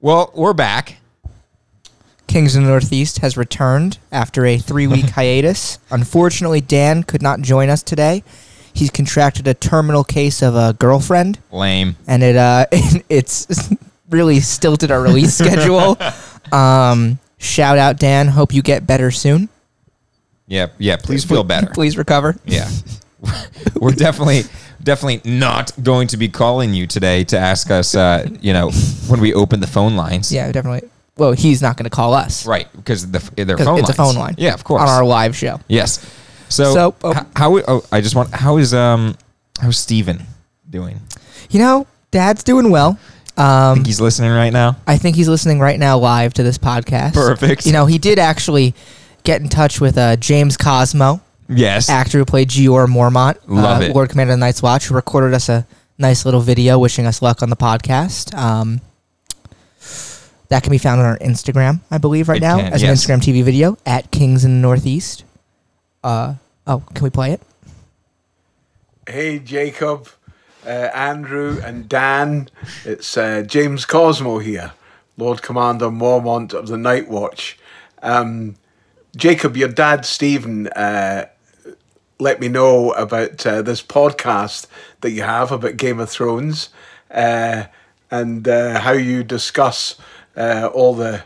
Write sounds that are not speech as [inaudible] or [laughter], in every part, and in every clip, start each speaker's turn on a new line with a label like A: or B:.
A: Well, we're back.
B: Kings of the Northeast has returned after a
A: [laughs]
B: three week hiatus. Unfortunately, Dan could not join us today. He's contracted a terminal case of a girlfriend,
A: Lame.
B: and it uh, [laughs] it's [laughs] really stilted
A: [laughs]
B: our release schedule. Um, shout out, Dan. Hope you get better soon.
A: Yeah, yeah. Please feel better.
B: [laughs] Please recover.
A: Yeah, [laughs] we're definitely definitely not going to be calling you today to ask us. Uh, you know, when we open the phone lines.
B: Yeah, definitely. Well, he's not going to call us.
A: Right, because the their
B: 'cause
A: phone
B: it's
A: lines.
B: a phone line.
A: Yeah, of course.
B: On our live show.
A: yes. So,
B: So, oh.
A: h- how? Oh, I just want. How is um? How's Steven doing?
B: You know, Dad's doing well.
A: I
B: Um,
A: think he's listening right now.
B: I think he's listening right now live to this podcast.
A: Perfect.
B: You know, he did actually get in touch with uh, James Cosmo,
A: Yes.
B: actor who played Gior Mormont,
A: Love
B: uh,
A: it.
B: Lord Commander of the Night's Watch, who recorded us a nice little video wishing us luck on the podcast. Um, that can be found on our Instagram, I believe, right
A: It
B: now,
A: can,
B: as
A: yes.
B: an Instagram TV video at Kings in the Northeast. Uh, oh, can we play it?
C: Hey, Jacob, uh, Andrew, and Dan. It's uh, James Cosmo here, Lord Commander Mormont of the Night Watch. Um, Jacob, your dad, Stephen, uh, let me know about uh, this podcast that you have about Game of Thrones uh, and uh, how you discuss uh, all the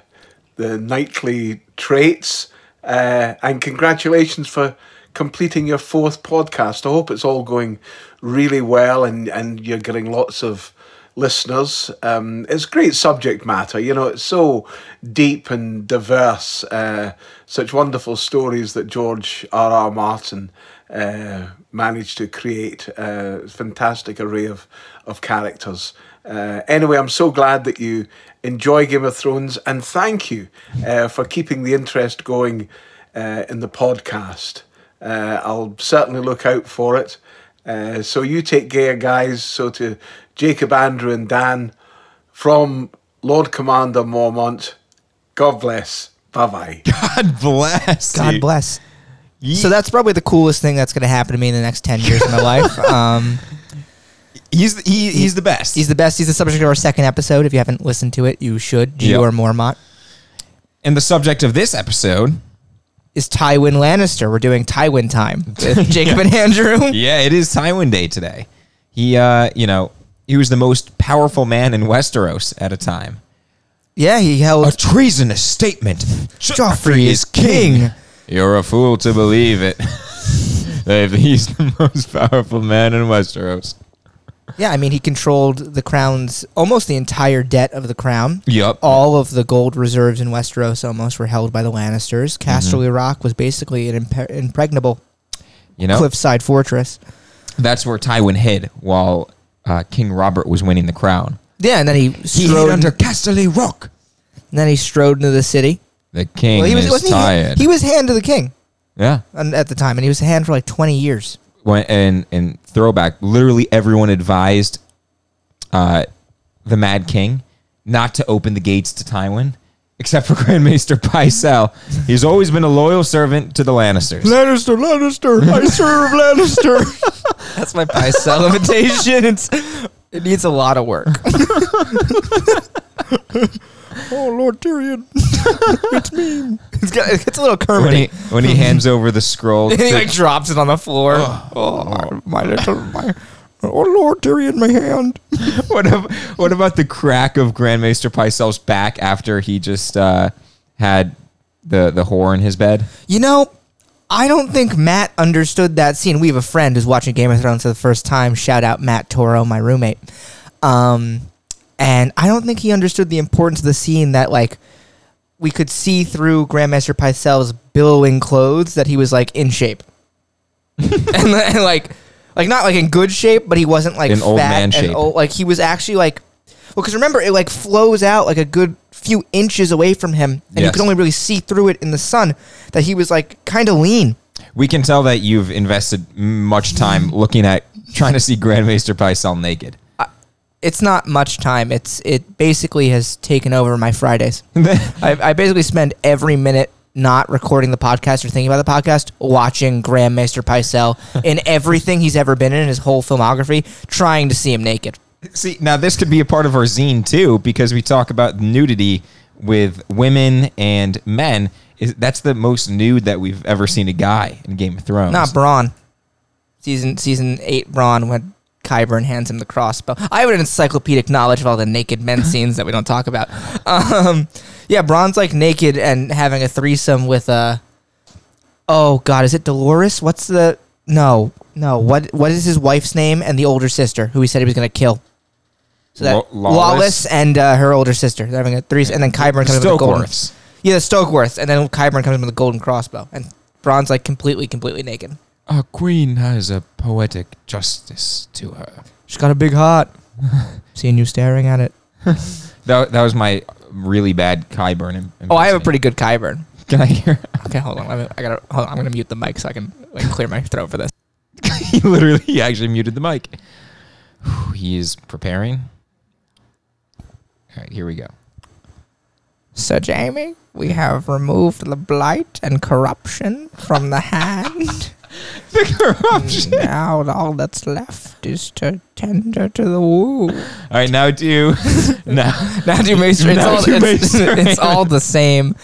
C: the knightly traits. Uh, and congratulations for completing your fourth podcast. I hope it's all going really well and, and you're getting lots of listeners. Um, it's great subject matter. You know, it's so deep and diverse. Uh, such wonderful stories that George R. R. Martin uh, managed to create. A fantastic array of of characters. Uh, anyway, I'm so glad that you enjoy Game of Thrones, and thank you uh, for keeping the interest going uh, in the podcast. Uh, I'll certainly look out for it. Uh, so you take care, guys. So to Jacob, Andrew, and Dan from Lord Commander Mormont, God bless. Bye bye.
A: [laughs] God bless.
B: God
A: you.
B: bless.
A: Ye-
B: So that's probably the coolest thing that's going to happen to me in the next 10 years of
A: [laughs]
B: my life. Um,
A: he's the- he, he's the best.
B: He's the best. He's the subject of our second episode. If you haven't listened to it, you should.
A: Yep.
B: Gior Mormont
A: and the subject of this episode.
B: is Tywin Lannister. We're doing Tywin time
A: [laughs]
B: with Jacob and Andrew.
A: Yeah, it is Tywin Day today. He, uh, you know, he was the most powerful man in Westeros at a time.
B: Yeah, he
A: A
B: held.
A: treasonous statement.
B: Joffrey is king.
A: You're a fool to believe [laughs] it. Dave, He's the most powerful man in Westeros.
B: Yeah, I mean, he controlled the crown's almost the entire debt of the crown.
A: Yup.
B: All of the gold reserves in Westeros almost were held by the Lannisters.
A: Mm-hmm.
B: Casterly Rock was basically an impe- impregnable
A: You know,
B: cliffside fortress.
A: that's where Tywin hid while uh, King Robert was winning the crown.
B: Yeah, and then he
A: He
B: strode,
A: hid under Casterly Rock.
B: and then he strode into the city.
A: The king
B: he
A: is
B: wasn't he hand-
A: tired.
B: he was hand to the king
A: yeah.
B: um, at the time, and he was hand for like twenty years.
A: when and and throwback literally everyone advised uh the mad king not to open the gates to tywin except for [laughs] grand maester pycelle he's always been a loyal servant to the lannisters
B: Lannister, Lannister, [laughs] I serve [laughs] Lannister. That's my Pycelle imitation. It's, it needs a lot of work. [laughs] oh, Lord Tyrion, [laughs] it's me. It's, got, it's a little
A: [laughs] when he
B: Kermit.
A: when he hands over the scroll
B: [laughs] And he like
A: to,
B: drops it on the floor. Oh, my little, my, oh Lord Tyrion, my hand.
A: [laughs] what, ab- what about the crack of grand maester pycelle's back after he just uh had the the whore in his bed
B: You know, I don't think Matt understood that scene. We have a friend who's watching Game of Thrones for the first time. Shout out Matt Toro, my roommate. Um, and I don't think he understood the importance of the scene that like we could see through Grandmaster Pycelle's billowing clothes that he was like in shape,
A: [laughs]
B: [laughs] and, then, like like not like in good shape, but he wasn't like
A: In old
B: fat
A: man
B: and
A: shape.
B: old- like he was actually like well, because remember it like flows out like a good few inches away from him, and you
A: Yes.
B: could only really see through it in the sun that he was like kind of lean.
A: we can tell that you've invested much time looking at trying to see grand maester pycelle naked [laughs]
B: It's not much time. It's it basically has taken over my Fridays. I, I basically spend every minute not recording the podcast or thinking about the podcast, watching Graham Master Picel in everything he's ever been in, in his whole filmography, trying to see him naked.
A: See, now this could be a part of our zine too, because we talk about nudity with women and men. Is that's the most nude that we've ever seen a guy in Game of Thrones?
B: Not Braun. Season season eight Braun when Kyburn hands him the crossbow. I have an encyclopedic knowledge of all the naked men scenes that we don't talk about. Um, yeah, Braun's like naked and having a threesome with a. Oh God, is it Dolores? What's the no no what what is his wife's name and the older sister who he said he was gonna kill. So that
A: Law-
B: Lawless?
A: Lawless?
B: and uh, her older sister they're having a threesome, and then Kyburn comes in with a golden.
A: Stokeworths.
B: Yeah, Stokeworth, and then Kyburn comes in with a golden crossbow, and Braun's like completely completely naked.
A: Our queen has a poetic justice to her.
B: She's got a big heart. [laughs] Seeing you staring at it.
A: That, that was my really bad Kyburn. im-
B: Oh, I have a
A: impersonation.
B: pretty good Kyburn.
A: Can I hear?
B: [laughs]
A: [laughs]
B: Okay, hold on. let me- I gotta. Hold on, I'm gonna mute the mic so I can like, clear my throat for this.
A: he literally he actually muted the mic. Whew, He is preparing. All right, here we go. [laughs]
B: So, Jamie, we have removed the blight and corruption from the [laughs] hand.
A: The corruption.
B: now all that's left is to tender to the woo.
A: All right, now [laughs] do now.
B: Now do Mace Raymond.
A: Now
B: It's,
A: do
B: all- [laughs]
A: Mace
B: it's, it's all the same.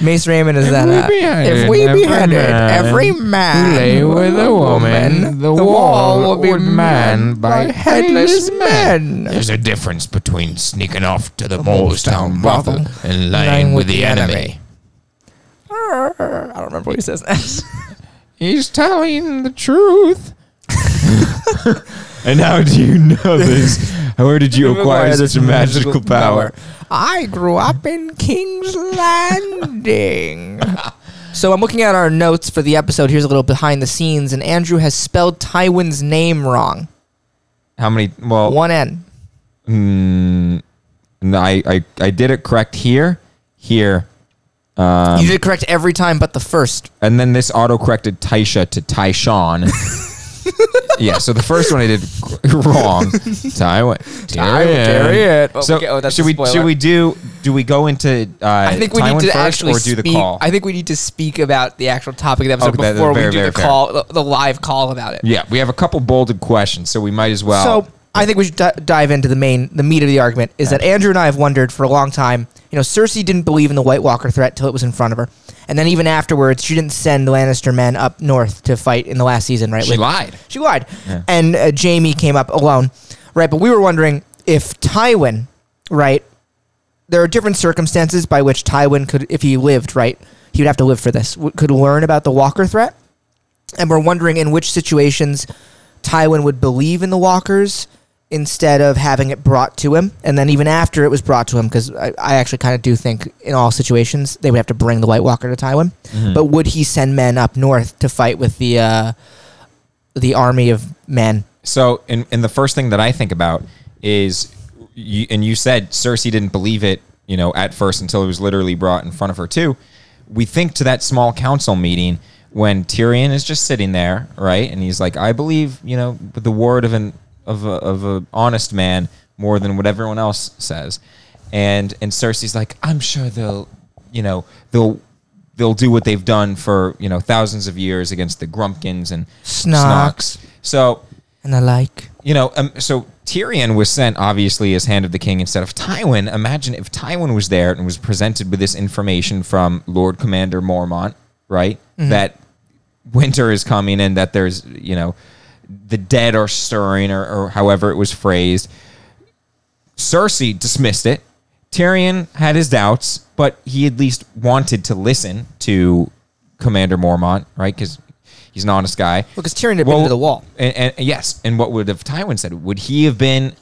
B: Mace Raymond is
A: If
B: that.
A: we
B: uh,
A: beheaded
B: if we
A: every
B: beheaded
A: man
B: every man
A: who lay with a woman, the wall would manned by headless
B: men.
A: There's a difference between sneaking off to the
B: Molestown
A: Molestown brothel
B: brothel
A: and lying with the enemy.
B: I don't remember what he says
A: [laughs]
B: next.
A: He's telling the truth. [laughs] and how do you know this? Where did [laughs] you acquire such a magical power?
B: I grew up in King's Landing. [laughs] so I'm looking at our notes for the episode. Here's a little behind the scenes, and Andrew has spelled Tywin's name wrong.
A: How many? Well,
B: One N.
A: no, I, I I did it correct here, here, Um,
B: you did correct every time but the first.
A: and then this auto corrected Taisha to
B: [laughs]
A: Tyshawn. yeah, so the first one I did [laughs] wrong. Tywin. Tyrion.
B: Tyrion. Oh,
A: so
B: okay, oh, that's a
A: should we
B: spoiler.
A: should we do do we go into uh,
B: I think we
A: Tywin
B: need to
A: first
B: actually
A: or do the
B: speak-
A: call?
B: I think we need to speak about the actual topic of the episode
A: Okay, that-
B: before
A: very,
B: we do
A: very
B: the
A: fair.
B: call, the, the live call about it.
A: yeah, we have a couple bolded questions, so we might as well.
B: so I think we should d- dive into the main, the meat of the argument is that Andrew and I have wondered for a long time. You know, Cersei didn't believe in the White Walker threat till it was in front of her, and then even afterwards, she didn't send the Lannister men up north to fight in the last season, right?
A: she
B: Like,
A: lied.
B: She lied, and uh, Jamie came up alone, right? But we were wondering if Tywin, right? There are different circumstances by which Tywin could, if he lived, right, he would have to live for this. W- could learn about the Walker threat, and we're wondering in which situations Tywin would believe in the walkers instead of having it brought to him. And then even after it was brought to him, because I, I actually kind of do think in all situations they would have to bring the White Walker to Tywin. But would he send men up north to fight with the uh, the army of men?
A: So, and, and the first thing that I think about is, you, and you said Cersei didn't believe it, you know, at first until it was literally brought in front of her, too. We think to that small council meeting when Tyrion is just sitting there, right? And he's like, I believe, you know, the word of an of a, of a honest man more than what everyone else says. And and Cersei's like, I'm sure they'll, you know, they'll they'll do what they've done for, you know, thousands of years against the Grumpkins and
B: Snogs.
A: Snogs. So
B: And I like.
A: you know, um, so Tyrion was sent obviously as hand of the king instead of Tywin. Imagine if Tywin was there and was presented with this information from Lord Commander Mormont, right?
B: Mm-hmm.
A: That winter is coming and that there's, you know, the dead are stirring or, or however it was phrased. Cersei dismissed it. Tyrion had his doubts, but he at least wanted to listen to Commander Mormont, right? Because he's an honest guy.
B: Because Tyrion had been to the wall.
A: And, and- and yes, and what would have Tywin said? Would he have been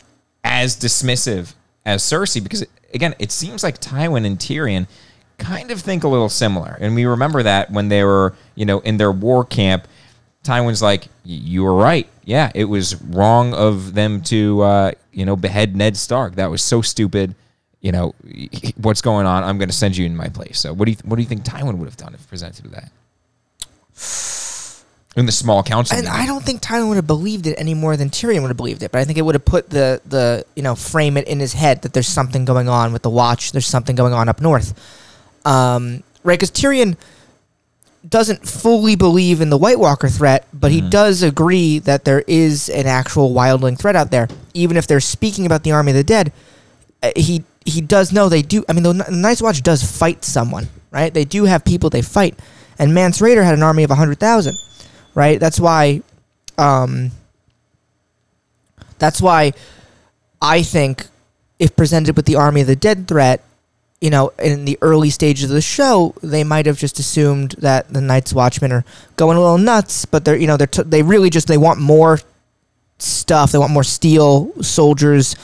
A: as dismissive as Cersei? Because again, it seems like Tywin and Tyrion kind of think a little similar, and we remember that when they were, you know, in their war camp. Tywin's like, "Y- you were right. Yeah, it was wrong of them to, uh, you know, behead Ned Stark. That was so stupid. You know, [laughs] what's going on? I'm going to send you in my place. So, what do you what do you think Tywin would have done if presented with that in the small council?
B: And
A: meeting?
B: I don't think Tyler would have believed it any more than Tyrion would have believed it. But I think it would have put the the you know frame it in his head that there's something going on with the Watch. There's something going on up north, um, right? Because Tyrion doesn't fully believe in the White Walker threat, but he does agree that there is an actual wildling threat out there. even if they're speaking about the army of the dead, uh, he he does know they do. I mean, the, N- the Night's Watch does fight someone, right? They do have people they fight, and Mance Raider had an army of hundred thousand, right? That's why, um, that's why I think if presented with the army of the dead threat, you know, in the early stages of the show, they might have just assumed that the Night's Watchmen are going a little nuts, but they're you know they're t- they really just they want more stuff, they want more steel, soldiers,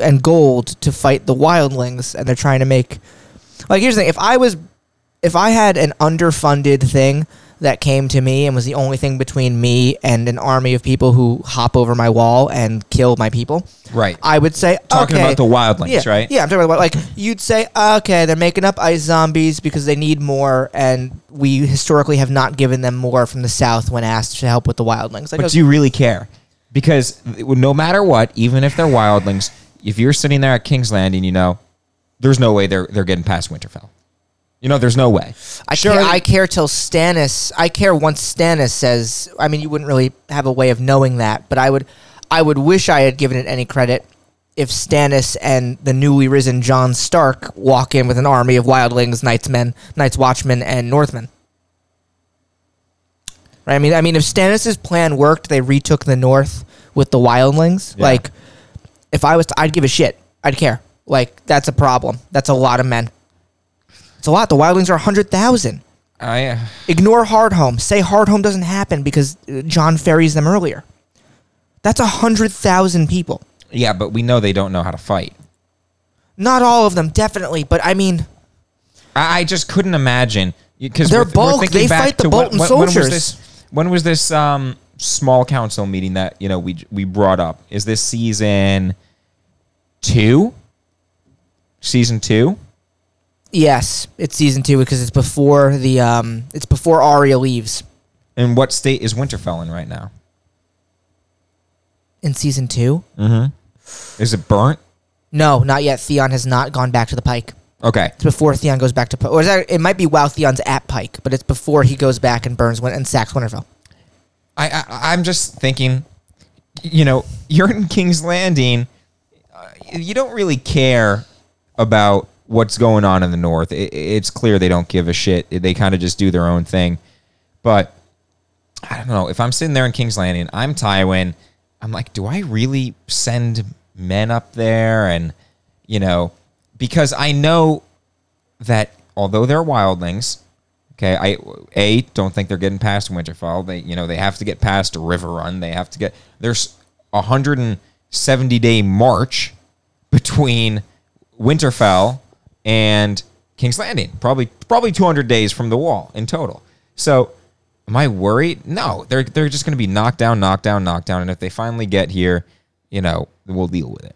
B: and gold to fight the wildlings, and they're trying to make like here's the thing: if I was if I had an underfunded thing that came to me and was the only thing between me and an army of people who hop over my wall and kill my people,
A: Right.
B: I would say
A: Talking
B: okay,
A: about the wildlings,
B: yeah,
A: right?
B: Yeah, I'm talking about like you'd say, okay, they're making up ice zombies because they need more, and we historically have not given them more from the south when asked to help with the wildlings. Like,
A: But
B: okay,
A: do you really care? Because it would- no matter what, even if they're wildlings, if you're sitting there at King's Landing, you know, there's no way they're they're getting past Winterfell. You know, there's no way.
B: I,
A: Sure,
B: care,
A: they-
B: I care till Stannis. I care once Stannis says. I mean, you wouldn't really have a way of knowing that, but I would. I would wish I had given it any credit if Stannis and the newly risen John Stark walk in with an army of wildlings, knights men, knights watchmen, and Northmen. Right? I mean, I mean, if Stannis's plan worked, they retook the North with the wildlings.
A: Yeah.
B: Like, if I was, to, I'd give a shit. I'd care. Like, that's a problem. That's a lot of men. It's a lot. The wildlings are hundred thousand.
A: I uh,
B: Ignore Hardhome. Say Hardhome doesn't happen because uh, John ferries them earlier. That's a hundred thousand people.
A: yeah, but we know they don't know how to fight.
B: Not all of them, definitely, but I mean,
A: I, I just couldn't imagine because
B: They're bulk. They fight the Bolton
A: When
B: soldiers.
A: was this? When was this um, small council meeting that you know we we brought up? Is this season two? Season two.
B: yes, it's season two because it's before the um, it's before Arya leaves
A: And what state is Winterfell in right now?
B: in season two.
A: Is it burnt?
B: No, not yet. Theon has not gone back to the Pike.
A: Okay.
B: It's before Theon goes back to Pike. Or is that, it might be while Theon's at Pike, but it's before he goes back and burns Win- and sacks Winterfell.
A: I, I I'm just thinking, you know, you're in King's Landing. Uh, you don't really care about what's going on in the North. It, it's clear they don't give a shit. They kind of just do their own thing. But I don't know. If I'm sitting there in King's Landing, I'm Tywin. I'm like, do I really send men up there? And you know, because I know that although they're wildlings, okay, I a don't think they're getting past Winterfell. They you know they have to get past River Run. They have to get there's a hundred and seventy day march between Winterfell and King's Landing. Probably probably two hundred days from the Wall in total. So. Am I worried? No, they're they're just going to be knocked down, knocked down, knocked down, and if they finally get here, you know, we'll deal with it.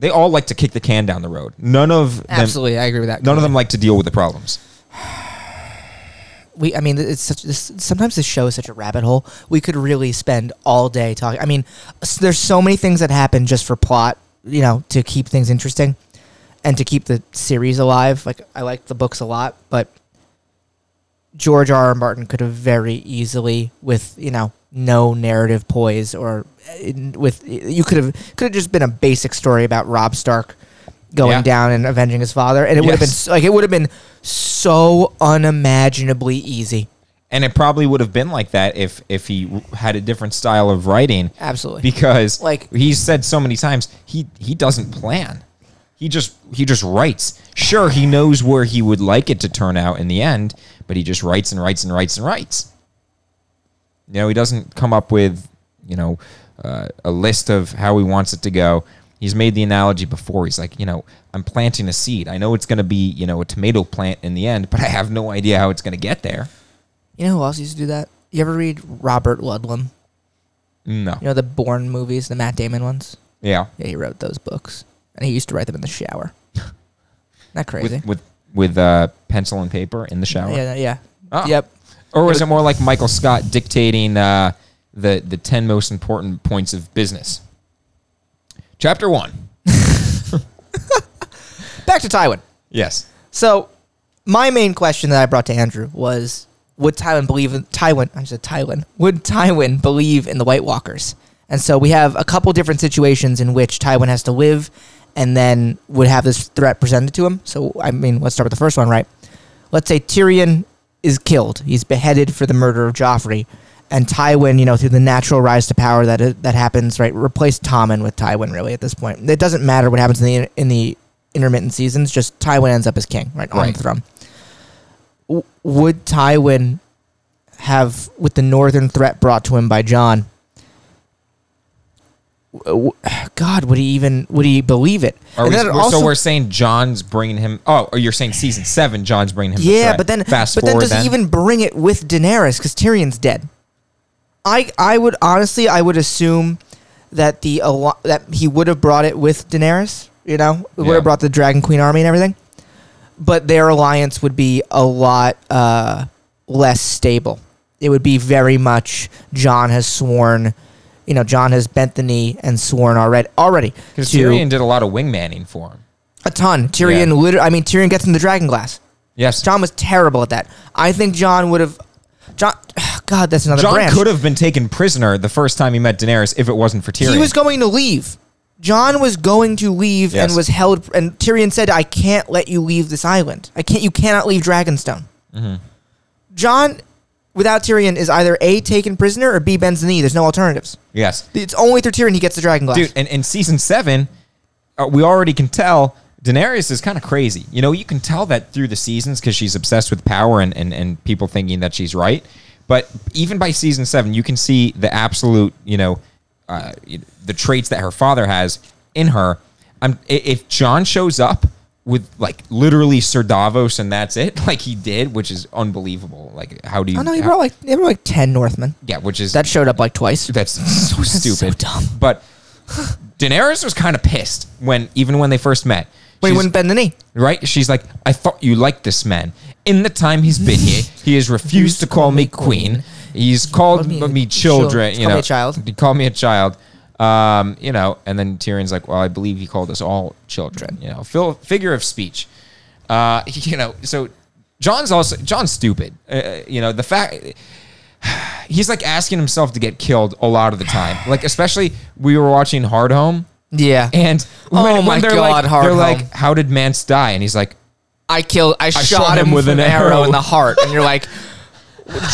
A: They all like to kick the can down the road. None of them,
B: I agree with that.
A: None of them like to deal with the problems.
B: we I mean it's such this, sometimes this show is such a rabbit hole. We could really spend all day talking. I mean, s- there's so many things that happen just for plot, you know, to keep things interesting and to keep the series alive. Like I like the books a lot, but George R. R. Martin could have very easily with, you know, no narrative poise or uh, with you could have could have just been a basic story about Rob Stark going
A: Yeah.
B: down and avenging his father and it would have been
A: Yes.
B: s- like it would have been so unimaginably easy.
A: And it probably would have been like that if if he w- had a different style of writing.
B: Absolutely.
A: Because
B: Like-
A: like he's said so many times, he he doesn't plan. He just he just writes. Sure, he knows where he would like it to turn out in the end, but he just writes and writes and writes and writes. You know, he doesn't come up with, you know, uh, a list of how he wants it to go. He's made the analogy before. He's like, you know, I'm planting a seed. I know it's going to be, you know, a tomato plant in the end, but I have no idea how it's going to get there.
B: You know who else used to do that? You ever read Robert Ludlum?
A: No.
B: You know the Bourne movies, the Matt Damon ones?
A: Yeah.
B: Yeah, he wrote those books. And he used to write them in the shower. [laughs] Isn't that crazy?
A: With with with uh, pencil and paper in the shower.
B: yeah, yeah.
A: Oh.
B: Yep.
A: Or was it more like Michael Scott dictating uh, the the ten most important points of business? Chapter one.
B: Back to Tywin.
A: Yes.
B: So, my main question that I brought to Andrew was: Would Tywin believe in Tywin? I said Tywin. Would Tywin believe in the White Walkers? And so we have a couple different situations in which Tywin has to live and then would have this threat presented to him. So, I mean, let's start with the first one, right? Let's say Tyrion is killed. He's beheaded for the murder of Joffrey. And Tywin, you know, through the natural rise to power that that happens, right? Replace Tommen with Tywin, really, at this point. It doesn't matter what happens in the, in the intermittent seasons, just Tywin ends up as king, right? On
A: Right.
B: the throne. W- would Tywin have, with the northern threat brought to him by John, w- w- God, would he even would he believe it?
A: Are
B: And
A: we,
B: then it
A: we're- so we're saying John's bringing him. Oh, or you're saying season seven, John's bringing him. the
B: yeah,
A: threat.
B: but then
A: fast
B: but then
A: forward.
B: does he even bring it with Daenerys because Tyrion's dead? I I would honestly I would assume that the alli- that he would have brought it with Daenerys. You know, would
A: Yeah.
B: have brought the Dragon Queen army and everything. But their alliance would be a lot uh, less stable. It would be very much John has sworn. You know, John has bent the knee and sworn already. Already,
A: because
B: to-
A: Tyrion did a lot of wingmanning for him.
B: a ton. Tyrion,
A: Yeah.
B: liter- I mean, Tyrion gets in the dragon glass.
A: Yes, John,
B: John was terrible at that. I think John would have. John, [sighs] God, that's another branch.
A: could have been taken prisoner the first time he met Daenerys if it wasn't for Tyrion.
B: He was going to leave. John was going to leave
A: Yes.
B: and was held. And Tyrion said, "I can't let you leave this island. I can't. You cannot leave Dragonstone."
A: Mm-hmm.
B: John, without Tyrion, is either a taken prisoner or b bends the knee. There's no alternatives.
A: yes,
B: It's only through Tyrion he gets the dragon glass.
A: dude. And in season seven, uh, we already can tell Daenerys is kind of crazy. You know, you can tell that through the seasons because she's obsessed with power and, and and people thinking that she's right. But even by season seven, you can see the absolute, you know, uh, you know, the traits that her father has in her. I'm, i- if John shows up with like literally Sir Davos and that's it, [laughs] like he did, which is unbelievable. Like, how do you?
B: oh no, he
A: how-
B: brought like they brought like ten Northmen.
A: yeah, which is
B: That showed up like twice.
A: that's so stupid.
B: dumb.
A: But Daenerys was kind of pissed when even when they first met.
B: But he
A: She's-
B: wouldn't bend the knee.
A: right? She's like, I thought you liked this man. In the time he's been here, he has refused to call me queen. He's called me,
B: me a
A: children.
B: child.
A: You
B: Call
A: know,
B: me a child.
A: He called me a child. Um, you know, and then Tyrion's like, well, I believe he called us all children. You know, fil- figure of speech. Uh, [laughs] you know, so John's also John's stupid. Uh, you know, the fact [sighs] he's like asking himself to get killed a lot of the time. Like especially we were watching Hard Home,
B: Yeah,
A: and when,
B: Oh my
A: when they're
B: God,
A: like,
B: Hard
A: they're
B: Home.
A: like, how did Mance die? And he's like,
B: I killed. I, shot, him, with an, arrow. in the heart, and you're like,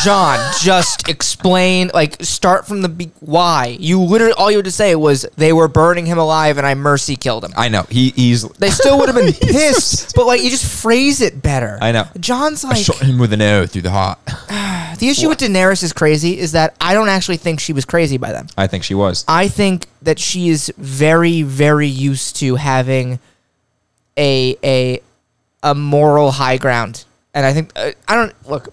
B: John, just explain. Like, start from the be- why. You literally all you had to say was they were burning him alive, and I mercy killed him.
A: I know he he's.
B: they still would have [laughs] been pissed, but like you just phrase it better.
A: I know.
B: John's
A: I
B: like
A: shot him with an arrow through the heart. [laughs]
B: the issue with Daenerys is crazy is that I don't actually think she was crazy by them.
A: I think she was.
B: I think that she is very, very used to having a a a moral high ground, and I think uh, I don't look.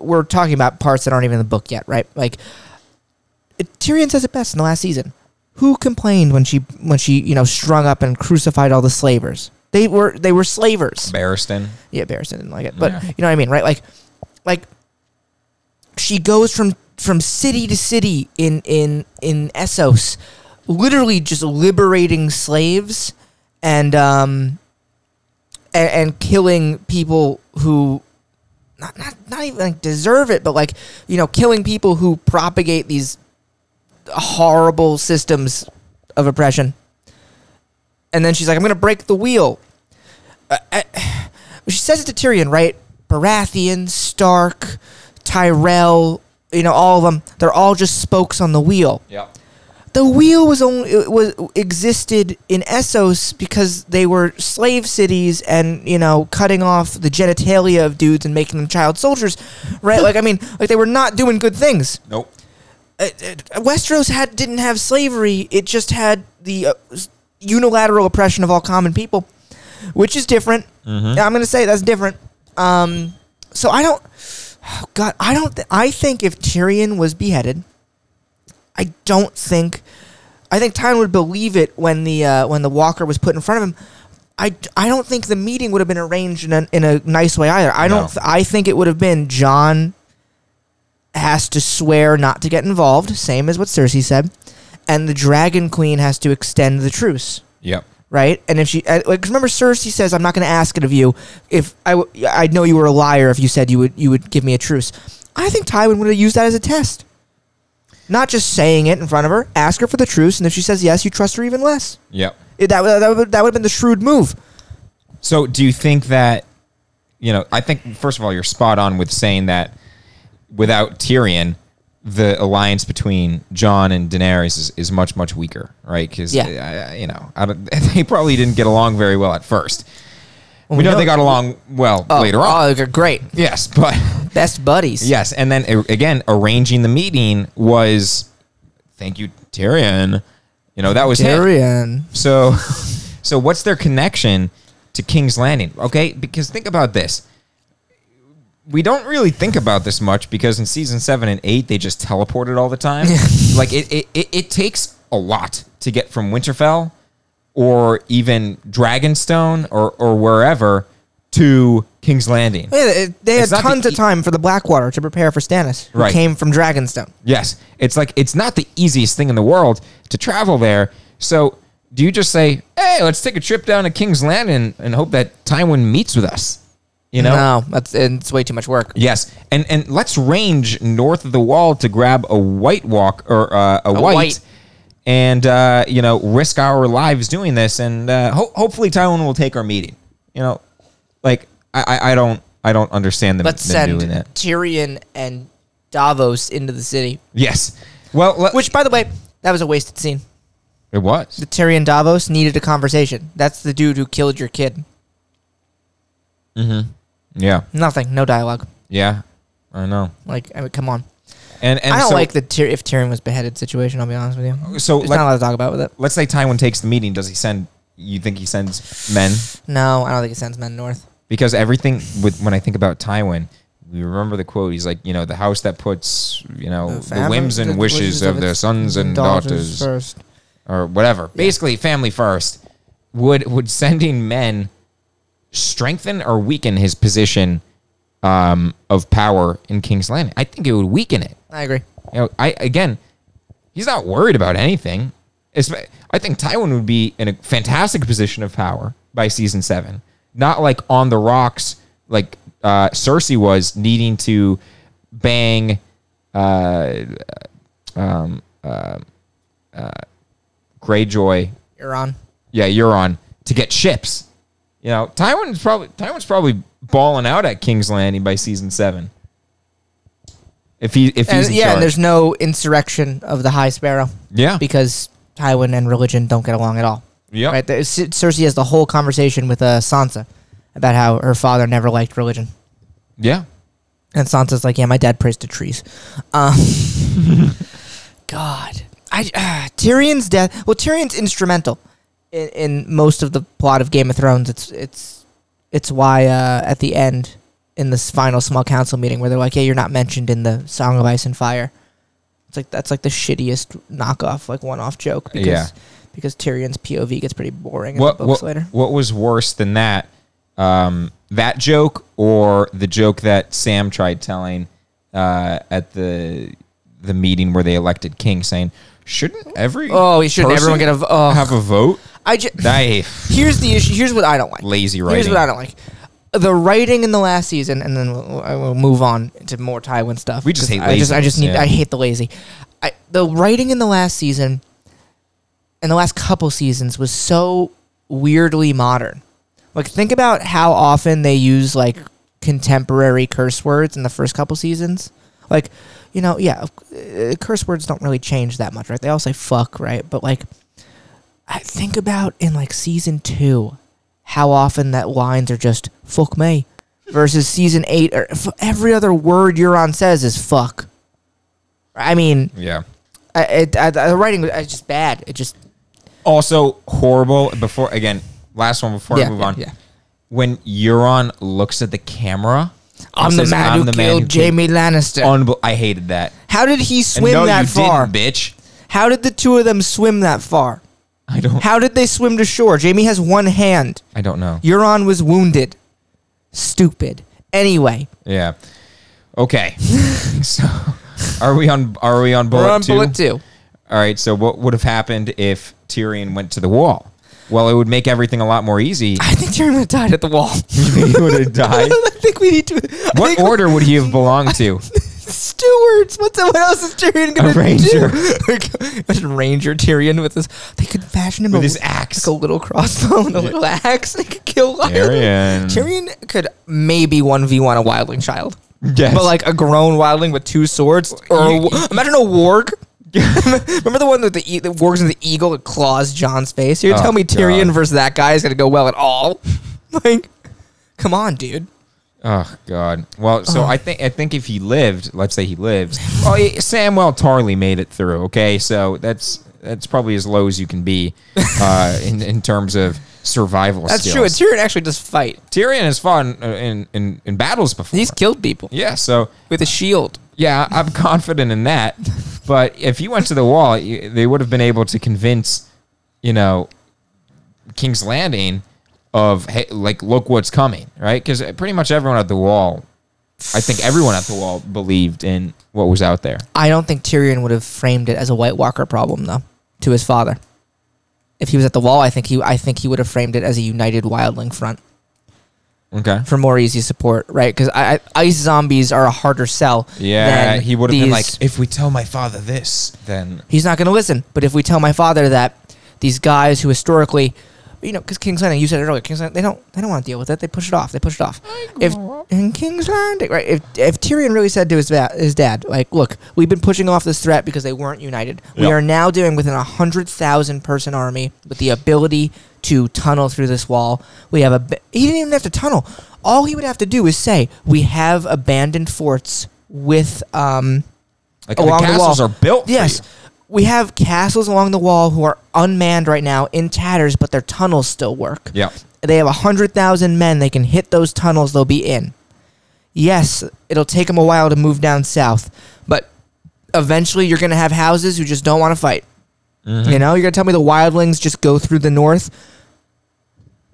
B: We're talking about parts that aren't even in the book yet, right? Like Tyrion says it best in the last season. Who complained when she when she you know strung up and crucified all the slavers? They were they were slavers.
A: Barristan.
B: Yeah, Barrison didn't like it, but
A: Yeah.
B: you know what I mean, right? Like, like she goes from from city to city in in in Essos, literally just liberating slaves and um and, and killing people who not not not even like deserve it, but like you know, killing people who propagate these horrible systems of oppression. And then she's like, "I'm gonna break the wheel." she says it to Tyrion, right? Baratheon, Stark, Tyrell, you know, all of them. They're all just spokes on the wheel.
A: Yeah.
B: The wheel was only it was existed in Essos because they were slave cities and you know cutting off the genitalia of dudes and making them child soldiers, right? like I mean, like they were not doing good things.
A: Nope.
B: Uh, uh, Westeros had didn't have slavery; it just had the uh, s- unilateral oppression of all common people, which is different. I'm going to say that's different. Um, so I don't, [sighs] oh God, I don't. Th- I think if Tyrion was beheaded, I don't think, I think Tyrion would believe it when the uh, when the Walker was put in front of him. I, d- I don't think the meeting would have been arranged in a, in a nice way either. I
A: No.
B: don't. Th- I think it would have been John has to swear not to get involved, same as what Cersei said, and the Dragon Queen has to extend the truce
A: Yep.
B: right? And if she, uh, like, 'cause remember, Cersei says, "I'm not going to ask it of you. If I, w- I know you were a liar if you said you would, you would give me a truce." I think Tywin would have used that as a test. Not just saying it in front of her. Ask her for the truth, and if she says yes, you trust her even less.
A: Yep.
B: It- That would- that would that would have been the shrewd move.
A: So do you think that you know, I think first of all you're spot on with saying that without Tyrion, the alliance between John and Daenerys is, is much much weaker, right? Cuz
B: Yeah.
A: you know, I don't, [laughs] they probably didn't get along very well at first. we, know,
B: know-
A: they got along well
B: Oh,
A: later on.
B: oh, okay, great,
A: yes, but
B: best buddies.
A: yes, and then a- again arranging the meeting was thank you Tyrion. You know, that was him.
B: Tyrion.
A: So, [laughs] so what's their connection to King's Landing? Okay, because think about this. We don't really think about this much because in season seven and eight they just teleported all the time. [laughs] like it, it, it, it takes a lot to get from Winterfell or even Dragonstone or or wherever to King's Landing.
B: Yeah, they- they had
A: It's not the
B: tons of
A: e-
B: time for the Blackwater to prepare for Stannis, who
A: Right.
B: came from Dragonstone.
A: Yes. It's like it's not the easiest thing in the world to travel there. So do you just say, "Hey, let's take a trip down to King's Landing and hope that Tywin meets with us"? You know?
B: No, that's it's way too much work.
A: Yes. And and let's range north of the wall to grab a white walk or uh, a, white,
B: white.
A: and uh, you know risk our lives doing this. And uh, ho- hopefully Tywin will take our meeting. You know, like I I, I don't I don't understand them,
B: Let's
A: them
B: send
A: doing that.
B: Tyrion and Davos into the city.
A: Yes. Well, let,
B: Which, by the way, that was a wasted scene.
A: it was.
B: The Tyrion Davos needed a conversation. That's the dude who killed your kid.
A: Yeah.
B: Nothing, no dialogue.
A: Yeah. I know.
B: Like, I mean, come on.
A: And and
B: I don't
A: so,
B: like the Tyr- if Tyrion was beheaded situation. I'll be honest with you.
A: So
B: There's
A: let,
B: not a lot to talk about with it.
A: let's say Tywin takes the meeting. Does he send? You think he sends men?
B: No, I don't think it sends men north.
A: Because everything with when I think about Tywin, we remember the quote. He's like, you know, the house that puts, you know, the,
B: Family-
A: whims and
B: the
A: wishes, of, their
B: its
A: sons and daughters,
B: first.
A: or whatever. Basically, family first. Would would sending men strengthen or weaken his position um, of power in King's Landing? I think it would weaken it.
B: I agree.
A: You know, I again, he's not worried about anything. It's, I think Tywin would be in a fantastic position of power by season seven, not like on the rocks like uh, Cersei was, needing to bang uh, um, Greyjoy.
B: You're on.
A: Yeah, Euron to get ships. You know, Tywin's probably Tywin's probably balling out at King's Landing by season seven. If he if he's
B: And,
A: in
B: yeah, and
A: charge.
B: there's no insurrection of the High Sparrow.
A: Yeah.
B: because Tywin and religion don't get along at all.
A: Yep.
B: right. There- Cer- Cersei has the whole conversation with uh, Sansa about how her father never liked religion,
A: yeah.
B: and Sansa's like, "Yeah, my dad prays to trees." Um, [laughs] God, I uh, Tyrion's death. Well, Tyrion's instrumental in, in most of the plot of Game of Thrones. It's it's it's why uh, at the end in this final small council meeting where they're like, "Yeah, you're not mentioned in the Song of Ice and Fire." It's like that's like the shittiest knockoff, like one-off joke because
A: Yeah.
B: because Tyrion's POV gets pretty boring
A: what,
B: in the books
A: what,
B: later.
A: What was worse than that? Um, that joke or the joke that Sam tried telling uh, at the the meeting where they elected King, saying, "Shouldn't every
B: Oh, you shouldn't everyone
A: person
B: get a v- oh."
A: have a
B: [laughs]
A: vote?"
B: I just
A: I,
B: here's the issue. Here's what I don't like.
A: Lazy
B: Here's
A: writing.
B: what I don't like. The writing in the last season, and then we'll, I will move on to more Tywin stuff.
A: We just
B: 'cause
A: hate
B: I just, I just need.
A: laziness, yeah.
B: I hate the lazy. I, the writing in the last season, and the last couple seasons, was so weirdly modern. Like, think about how often they use like contemporary curse words in the first couple seasons. Like, you know, yeah, uh, curse words don't really change that much, right? They all say fuck, right? But like, I think about in like season two, how often that lines are just "fuck me," versus season eight, or f- every other word Euron says is "fuck." I mean,
A: yeah.
B: I, it, I, the writing was it's just bad. It just
A: Also horrible. Before again, last one before
B: Yeah,
A: I move
B: yeah,
A: on.
B: yeah.
A: When Euron looks at the camera, and
B: I'm the
A: Oh, says,
B: man
A: "I'm
B: who
A: the man
B: killed Jamie Lannister.
A: Unbe- I hated that.
B: how did he
A: And
B: swim
A: no,
B: that
A: you
B: far?
A: didn't, bitch.
B: How did the two of them swim that far?
A: I don't.
B: How did they swim to shore? Jamie has one hand.
A: I don't know.
B: Euron was wounded. Stupid. Anyway,
A: Yeah.
B: [laughs]
A: Okay. so are we on are we on bullet,
B: we're on
A: two?
B: bullet two.
A: All right, so what would have happened if Tyrion went to the wall? Well, it would make everything a lot more
B: [laughs]
A: easy. [laughs]
B: I think Tyrion would have died at the wall. [laughs]
A: he would have died.
B: I think we need to. I
A: What
B: think- [laughs]
A: order would he have belonged to?
B: Stu- two words. What's what else is Tyrion gonna
A: ranger.
B: do? [laughs] Imagine Ranger Tyrion with this. They could fashion him
A: With
B: a,
A: his
B: li-
A: axe.
B: like a little crossbow, and a little axe. They could kill
A: Tyrion.
B: wildlings. [laughs] Tyrion could maybe one v one a wildling child.
A: Yes.
B: But like a grown wildling with two swords, or a
A: You-
B: wo- imagine
A: [laughs]
B: a warg. Remember the one with the, e- the wargs and the eagle that claws John's face? You're
A: Oh,
B: telling me Tyrion
A: God.
B: versus that guy is gonna go well at all? [laughs] like, come on, dude.
A: Oh God. Well, so I think I think if he lived, let's say he lived. Well, eh, Samuel Tarley made it through. Okay, so that's that's probably as low as you can
B: [laughs]
A: be uh, in in terms of survival.
B: That's true.
A: skills.
B: And Tyrion actually does fight.
A: Tyrion has fought in, in in in battles before.
B: He's killed people
A: yeah. So
B: with a shield.
A: yeah, I'm [laughs] confident in that. But if you went to the wall, you, they would have been able to convince, you know, King's Landing of hey, like look what's coming, right? Because pretty much everyone at the wall, I think everyone at the wall believed in what was out there.
B: I don't think Tyrion would have framed it as a White Walker problem though, to his father. If he was at the wall, I think he I think he would have framed it as a united wildling front.
A: Okay.
B: for more easy support, right? Because I, I, ice zombies are a harder sell.
A: Yeah,
B: than
A: he would have been
B: these-
A: like, if we tell my father this, then
B: he's not going to listen. But if we tell my father that these guys who historically, you know, because King's Landing, you said it earlier, King's Landing, they don't, they don't want to deal with it. They push it off. They push it off. If in King's Landing, right? If if Tyrion really said to his va- his dad, like, look, we've been pushing off this threat because they weren't united. We
A: Yep.
B: are now dealing with an hundred thousand person army with the ability to tunnel through this wall. We have a. Ab- he didn't even have to tunnel. All he would have to do is say, "We have abandoned forts with um."
A: like
B: along
A: the
B: the
A: castles
B: wall.
A: are built. for
B: Yes.
A: you.
B: We have castles along the wall who are unmanned right now in tatters, but their tunnels still work.
A: Yeah.
B: They have 100,000 men. They can hit those tunnels they'll be in. Yes, it'll take them a while to move down south, but eventually you're going to have houses who just don't want to fight.
A: Mm-hmm.
B: You know, you're going to tell me the wildlings just go through the north.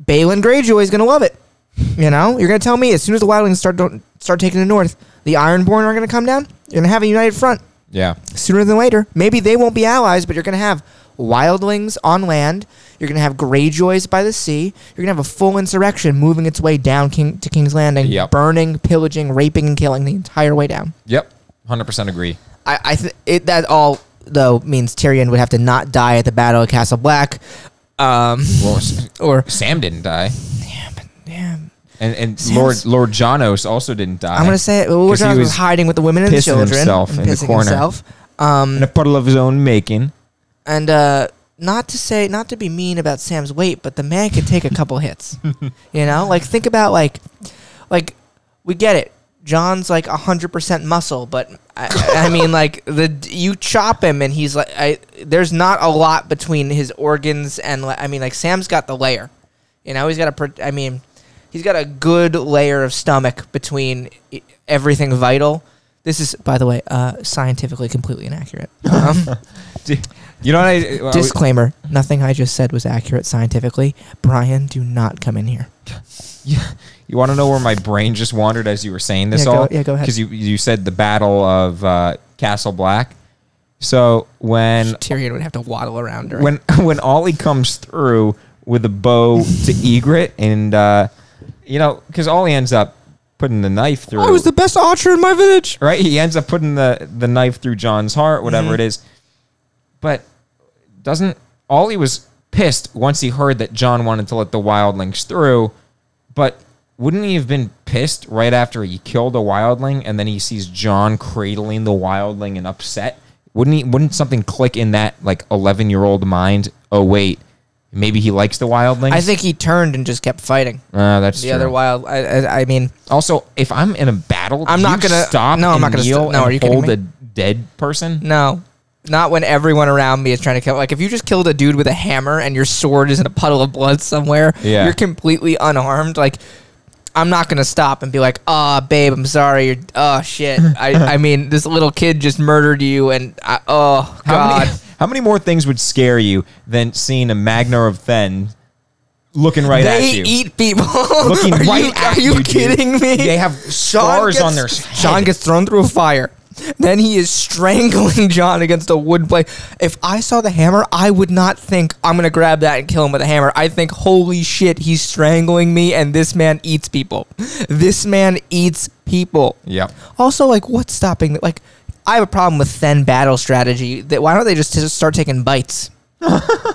B: Balin Greyjoy is going to love it. You know, you're going to tell me as soon as the wildlings start don't, start taking the north, the Ironborn are going to come down. You're going to have a united front
A: Yeah.
B: sooner than later. Maybe they won't be allies, but you're going to have wildlings on land. You're going to have Greyjoys by the sea. You're going to have a full insurrection moving its way down King- to King's Landing,
A: Yep.
B: burning, pillaging, raping, and killing the entire way down.
A: Yep. Hundred percent agree.
B: I, I th- it, that all though means Tyrion would have to not die at the Battle of Castle Black, um,
A: Well, S-
B: or
A: Sam didn't die,
B: damn.
A: and and Lord
B: Sam's-
A: Lord Janos also didn't die.
B: I'm gonna say it. Lord
A: 'Cause he
B: Johnson was
A: was
B: hiding with the women and the
A: pissing
B: children,
A: himself
B: and
A: in the
B: pissing
A: corner.
B: himself. Um,
A: in a puddle of his own making.
B: And uh, not to say, not to be mean about Sam's weight, but the man could take a couple hits. You know, like think about like, like we get it. John's like hundred percent muscle, but I, I mean, like the you chop him and he's like, I, there's not a lot between his organs and like, I mean, like Sam's got the layer. You know, he's got a. pr- I mean, he's got a good layer of stomach between i- everything vital. This is, by the way, uh, scientifically completely inaccurate. Um,
A: D- [laughs] You know what I? well,
B: Disclaimer: Nothing I just said was accurate scientifically. Brian, do not come in here.
A: you want to know where my brain just wandered as you were saying this
B: Yeah, go-
A: all?
B: yeah, go ahead.
A: Because you you said the Battle of uh, Castle Black. So when
B: Tyrion would have to waddle around. during-
A: when [laughs] when Ollie comes through with a bow to Egret, and uh, you know, because Ollie ends up putting the knife through.
B: I Oh, was the best archer in my village.
A: right? He ends up putting the the knife through John's heart, whatever
B: Mm-hmm.
A: it is. But doesn't Ollie was pissed once he heard that John wanted to let the wildlings through, but wouldn't he have been pissed right after he killed a wildling and then he sees John cradling the wildling and upset? Wouldn't he wouldn't something click in that like 11-year-old mind? Oh wait, maybe he likes the wildlings?
B: I think he turned and just kept fighting.
A: uh, that's
B: The
A: true.
B: other wild. I, I, I mean,
A: Also, if I'm in a battle,
B: I'm
A: do
B: not
A: you
B: gonna-
A: stop.
B: no, I'm
A: and
B: not gonna
A: kneel
B: st- no,
A: and
B: are you kidding
A: hold
B: me?
A: a dead person?
B: no, not when everyone around me is trying to kill. Like if you just killed a dude with a hammer and your sword is in a puddle of blood somewhere,
A: Yeah.
B: you're completely unarmed. Like. I'm not gonna stop and be like, "Ah, babe, I'm sorry. You're,
A: [laughs]
B: oh shit. I, I mean, this little kid just murdered you, and I, oh
A: How
B: god."
A: many, [laughs] how many more things would scare you than seeing a Magnar of Fen looking right
B: they
A: at you?
B: eat people.
A: looking
B: [laughs] are
A: right
B: you,
A: at
B: are you,
A: dude.
B: kidding me?
A: They have scars
B: gets,
A: on their
B: Sean
A: head.
B: gets thrown through a fire. Then he is strangling [laughs] John against a wood plate. If I saw the hammer, I would not think I'm gonna grab that and kill him with a hammer. I think, holy shit, he's strangling me, and this man eats people. This man eats people.
A: Yep.
B: Also, like, what's stopping? Like, I have a problem with thin battle strategy. That why don't they just t- start taking bites?
A: [laughs]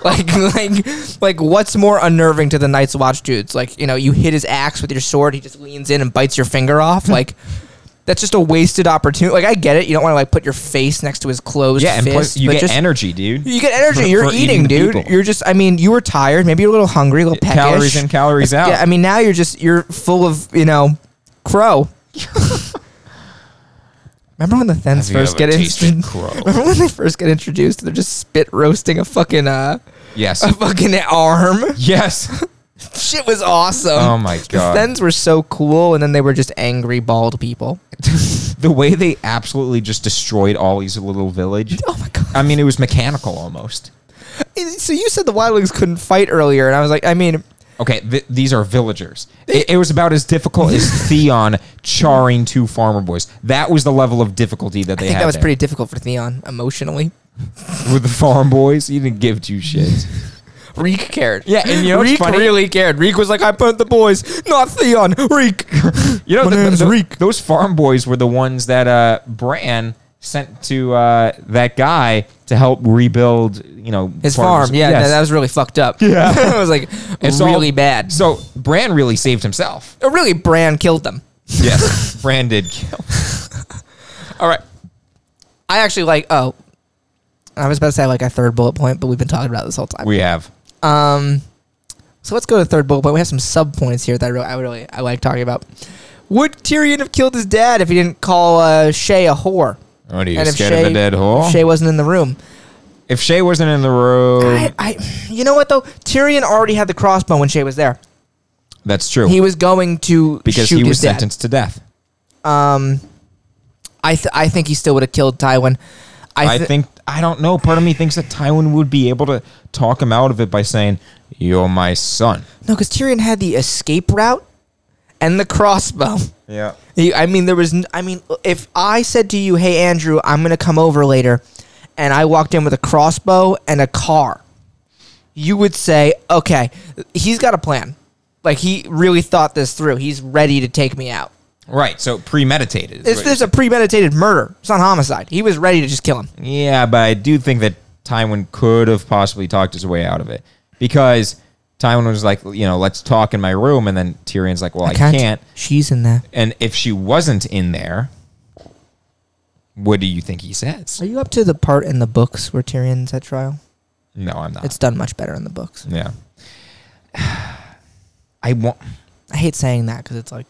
B: like, like, like, what's more unnerving to the Night's Watch dudes? Like, you know, you hit his axe with your sword, he just leans in and bites your
A: [laughs]
B: finger off. Like, that's just a wasted opportunity. Like, I get it. You don't want to like put your face next to his closed
A: Yeah, and
B: fist,
A: plus you
B: but
A: get
B: just-
A: energy,
B: [laughs]
A: dude.
B: You get energy.
A: for-
B: you're
A: for
B: eating,
A: eating
B: dude.
A: people.
B: You're just. I mean, you were tired. Maybe you're a little hungry, a little peckish.
A: calories in, calories out.
B: Yeah. I mean, now you're just you're full of you know
A: [laughs]
B: crow. Remember when the
A: Have
B: thens
A: you
B: first
A: ever
B: get
A: tasted
B: introduced?
A: crow?
B: [laughs] Remember when they first get introduced? They're just spit roasting a fucking uh
A: yes.
B: a fucking arm. [laughs]
A: yes. [laughs]
B: Shit was awesome.
A: Oh my God.
B: The thens were so cool, and then they were just angry bald people. [laughs]
A: The way they absolutely just destroyed Ollie's little village.
B: Oh my god.
A: I mean, it was mechanical almost.
B: So you said the wildlings couldn't fight earlier, and I was like, I mean,
A: Okay, th- these are villagers. It, it was about as difficult
B: [laughs]
A: as Theon charring two farmer boys. That was the level of difficulty that
B: I
A: they
B: think
A: had.
B: that was
A: there.
B: pretty difficult for Theon emotionally.
A: with the farm boys. You didn't give two shits. [laughs]
B: Reek cared.
A: Yeah, and you know what's
B: Reek
A: funny?
B: really cared. Reek was like, I burnt the boys, not Theon. Reek.
A: You know,
B: My
A: th-
B: name's
A: th-
B: Reek.
A: Those farm boys were the ones that uh, Bran sent to uh, that guy to help rebuild. You know,
B: His
A: part of
B: farm. Yeah,
A: yes.
B: that, that was really fucked up.
A: Yeah.
B: [laughs] it was like
A: It's all-
B: really bad.
A: So Bran really saved himself.
B: Uh, really, Bran killed them.
A: [laughs] Yes, Bran did kill.
B: All right. I actually like. Oh, I was about to say like a third bullet point, but we've been talking about this whole time.
A: We have.
B: Um, so let's go to the third bullet point. We have some sub points here that I really, I really I like talking about. Would Tyrion have killed his dad if he didn't call uh, Shay a whore?
A: What are you
B: And if
A: scared of
B: Shay-
A: a dead hole?
B: if Shay wasn't in the room.
A: if Shay wasn't in the room,
B: I, I, you know what though? Tyrion already had the crossbow when Shay was there.
A: that's true.
B: He was going to
A: because
B: shoot
A: he was
B: his dad.
A: sentenced to death.
B: Um, I th- I think he still would have killed Tywin. I,
A: I
B: thi-
A: think I don't know. Part of me thinks that Tywin would be able to talk him out of it by saying, "You're my son."
B: no, because Tyrion had the escape route and the crossbow. [laughs]
A: Yeah.
B: He, I mean, there was. N- I mean, if I said to you, "Hey, Andrew, I'm gonna come over later," and I walked in with a crossbow and a car, you would say, "Okay, he's got a plan. Like he really thought this through. He's ready to take me out."
A: Right. So premeditated. is
B: It's,
A: what
B: there's a premeditated murder. It's not homicide. He was ready to just kill him.
A: Yeah, but I do think that Tywin could have possibly talked his way out of it because Tywin was like, you know, let's talk in my room, and then Tyrion's like, well, I, can't.
B: She's in there.
A: And if she wasn't in there, what do you think he
B: Are
A: says?
B: you up to the part in the books where Tyrion's at trial?
A: No, I'm not.
B: It's done much better in the books.
A: yeah, [sighs] I want.
B: I hate saying that because it's like,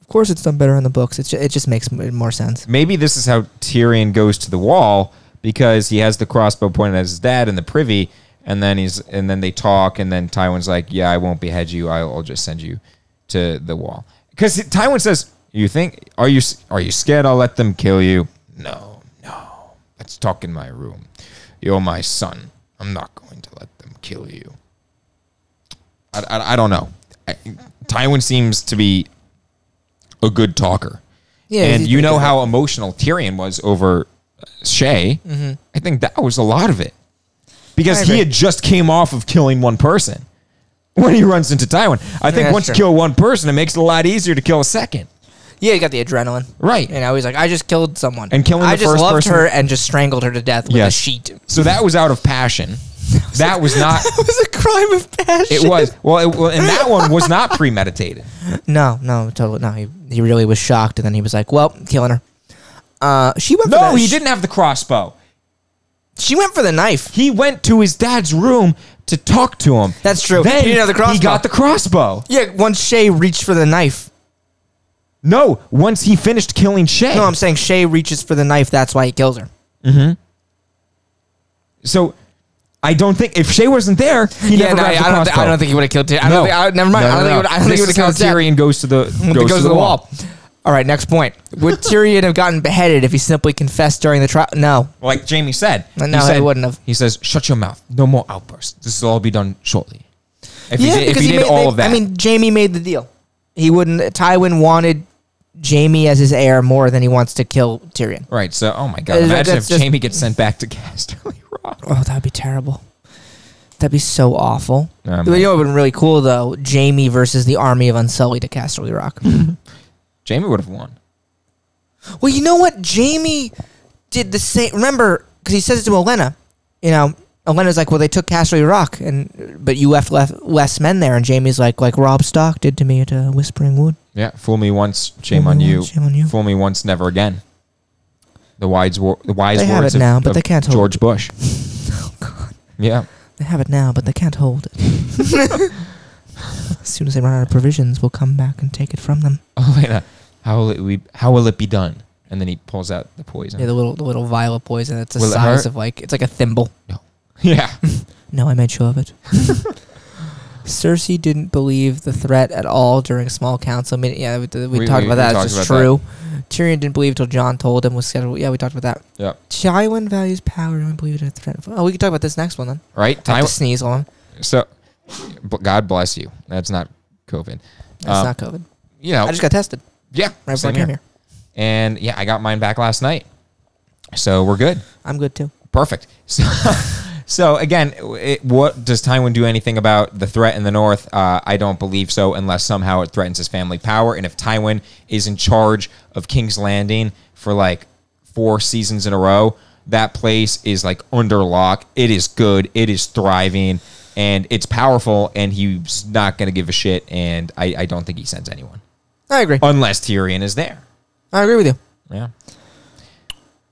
B: of course it's done better in the books. It's just, it just makes m- more sense.
A: Maybe this is how Tyrion goes to the wall because he has the crossbow pointed at his dad in the privy, and then he's and then they talk, and then Tywin's like, "Yeah, I won't behead you. I'll, I'll just send you to the wall." Because Tywin says, "You think are you s- are you scared? I'll let them kill you." No, no. Let's talk in my room. You're my son. I'm not going to let them kill you. I, I, I don't know. I, Tywin seems to be a good talker.
B: Yeah,
A: and
B: he's
A: you
B: pretty
A: know
B: good.
A: how emotional Tyrion was over uh, Shay.
B: Mm-hmm.
A: I think that was a lot of it because
B: I
A: he
B: agree.
A: had just came off of killing one person [laughs] when he runs into Tywin. I think
B: that's
A: once you
B: true.
A: kill one person, it makes it a lot easier to kill a second.
B: Yeah, you got the adrenaline.
A: Right.
B: You know, he's like, I just killed someone.
A: And killing
B: I
A: the
B: just
A: first
B: loved
A: person-
B: her and just strangled her to death with a
A: Yes.
B: sheet. [laughs]
A: So that was out of passion. that was not.
B: It was a crime of passion.
A: It was well, it, well, and that one was not premeditated.
B: [laughs] No, no, totally. No, he, he really was shocked. And then he was like, well, killing her. Uh, she went for
A: [laughs] No,
B: the,
A: he didn't have the crossbow.
B: She went for the knife.
A: He went to his dad's room to talk to him.
B: That's true.
A: Then
B: He didn't have the crossbow.
A: He got the crossbow.
B: Yeah, once Shay reached for the knife.
A: No, once he finished killing Shay.
B: No, I'm saying Shay reaches for the knife. That's why he kills her.
A: so I don't think if Shay wasn't there, he never got the
B: I, don't
A: crossbow.
B: th- I don't think he would have killed Tyrion. I
A: No.
B: don't think, I, never mind.
A: No,
B: I
A: no,
B: don't think he would-
A: no.
B: I don't think he
A: This
B: would
A: is
B: have
A: how
B: killed Tyrion.
A: Tyrion goes to
B: [laughs]
A: the goes,
B: Goes, to the wall. All right, next point. [laughs] Would Tyrion have gotten beheaded if he simply confessed during the trial? No.
A: Like Jamie said,
B: No, he
A: said-
B: wouldn't have.
A: He says, "Shut your mouth. No more outbursts. This will all be done shortly." If he did, if he did
B: made,
A: all
B: they-
A: of that,
B: I mean, Jamie made the deal. He wouldn't. Tywin wanted Jamie as his heir more than he wants to kill Tyrion.
A: right? So, oh my god,
B: It's like-
A: imagine
B: that's
A: if
B: just-
A: Jamie gets sent back to [laughs] Casterly Rock.
B: Oh, that'd be terrible. That'd be so awful.
A: Um,
B: you know what would have been really cool though? Jamie versus the army of Unsullied at Casterly Rock.
A: Jamie would have won.
B: Well, you know what? Jamie did the same. Remember, because he says it to Elena, you know, Elena's like, well, they took Castle Rock, and but you left, left less men there. And Jamie's like, like Rob Stock did to me at uh, Whispering Wood.
A: Yeah, fool me once, shame
B: Fool me
A: on
B: once,
A: you.
B: shame on you.
A: Fool me once, never again. The wise, wor- the wise
B: They have
A: words
B: it
A: of,
B: now, but
A: of
B: they can't hold
A: George Bush.
B: [laughs] Oh God,
A: Yeah, [laughs]
B: they have it now, but they can't hold it. as soon as they run out of provisions, we'll come back and take it from them.
A: Elena, how will it be? How will it be done? And then he pulls out the poison.
B: Yeah, the little the little vial of poison. It's the
A: Will it
B: size
A: hurt?
B: of like it's like a thimble.
A: [laughs] yeah.
B: No, I made sure
A: [laughs]
B: of it. Cersei didn't believe the threat at all during small council. I mean, yeah, we, we,
A: We-
B: talked
A: we- we
B: about that.
A: talked
B: It's just
A: about that.
B: true. Tyrion didn't believe till John told him was scheduled. Yeah, we talked about that.
A: Yep.
B: Tywin values power and believed in a threat. Oh, we can talk about this next one then.
A: Right.
B: I have
A: Time.
B: to sneeze on.
A: So, b- God bless you. That's not COVID.
B: That's
A: Um,
B: not COVID.
A: You know.
B: I just got tested
A: yeah.
B: right before I
A: same
B: came
A: here.
B: here.
A: And yeah, I got mine back last night. So we're good.
B: I'm good too.
A: Perfect. [laughs] So, so again, it, what does Tywin do anything about the threat in the north? Uh, I don't believe so, unless somehow it threatens his family power. And if Tywin is in charge of King's Landing for like four seasons in a row, that place is like under lock. It is good. It is thriving, and it's powerful. And he's not going to give a shit. And I, I don't think he sends anyone
B: I agree.
A: unless Tyrion is there.
B: I agree with you.
A: Yeah.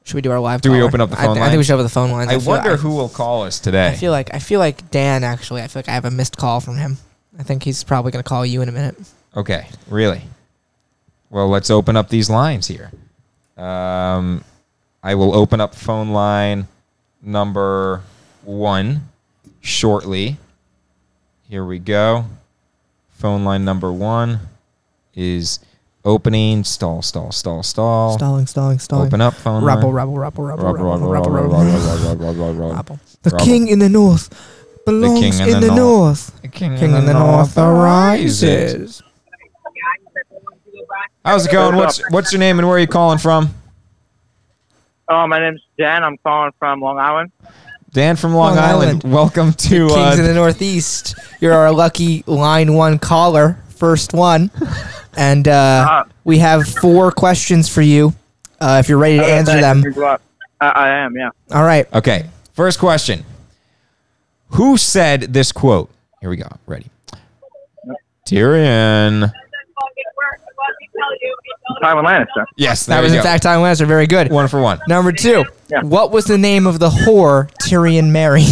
B: Should we do our live?
A: Do we
B: caller?
A: open up the
B: I,
A: phone
B: thi- I think we
A: lines?
B: should open the phone lines.
A: I,
B: feel-
A: wonder who will call us today.
B: I feel like I feel like Dan actually. I feel like I have a missed call from him. I think he's probably going to call you in a minute.
A: Okay, really? Well, let's open up these lines here. Um, I will open up phone line number one shortly. Here we go. Phone line number one is opening. Stall, stall, stall, stall.
B: Stalling, stalling, stalling.
A: Open up phone
B: Rabble,
A: line.
B: rabble, rabble, rabble,
A: Rubble,
B: rabble,
A: rubble,
B: rabble,
A: rubble, rubble,
B: rabble, rabble,
A: rubble, rubble, rubble, rubble.
B: rabble. The
A: Rabble.
B: king in the north belongs
A: king in
B: in,
A: the
B: the,
A: north.
B: north.
A: King
B: King in the north
A: arises.
B: arises.
A: How's it going? What's
D: What's
A: what's your name and where are you calling from?
D: Oh, my name's Dan. I'm calling from Long Island.
A: Dan from Long,
B: Long
A: Island. Welcome to
B: Kings
A: uh,
B: in the northeast. You're our lucky line one caller, first one, and uh,
D: Ah.
B: we have four questions for you. Uh, if you're ready to answer them,
D: I, I am, yeah.
B: all right.
A: Okay. First question. Who said this quote? Here we go. Ready. Tyrion.
D: Tywin Lannister.
A: Yes, there
B: That was
A: you
B: in
A: go.
B: fact Time Lannister. Very good.
A: one for one.
B: Number two.
D: Yeah.
B: What was the name of the whore Tyrion married?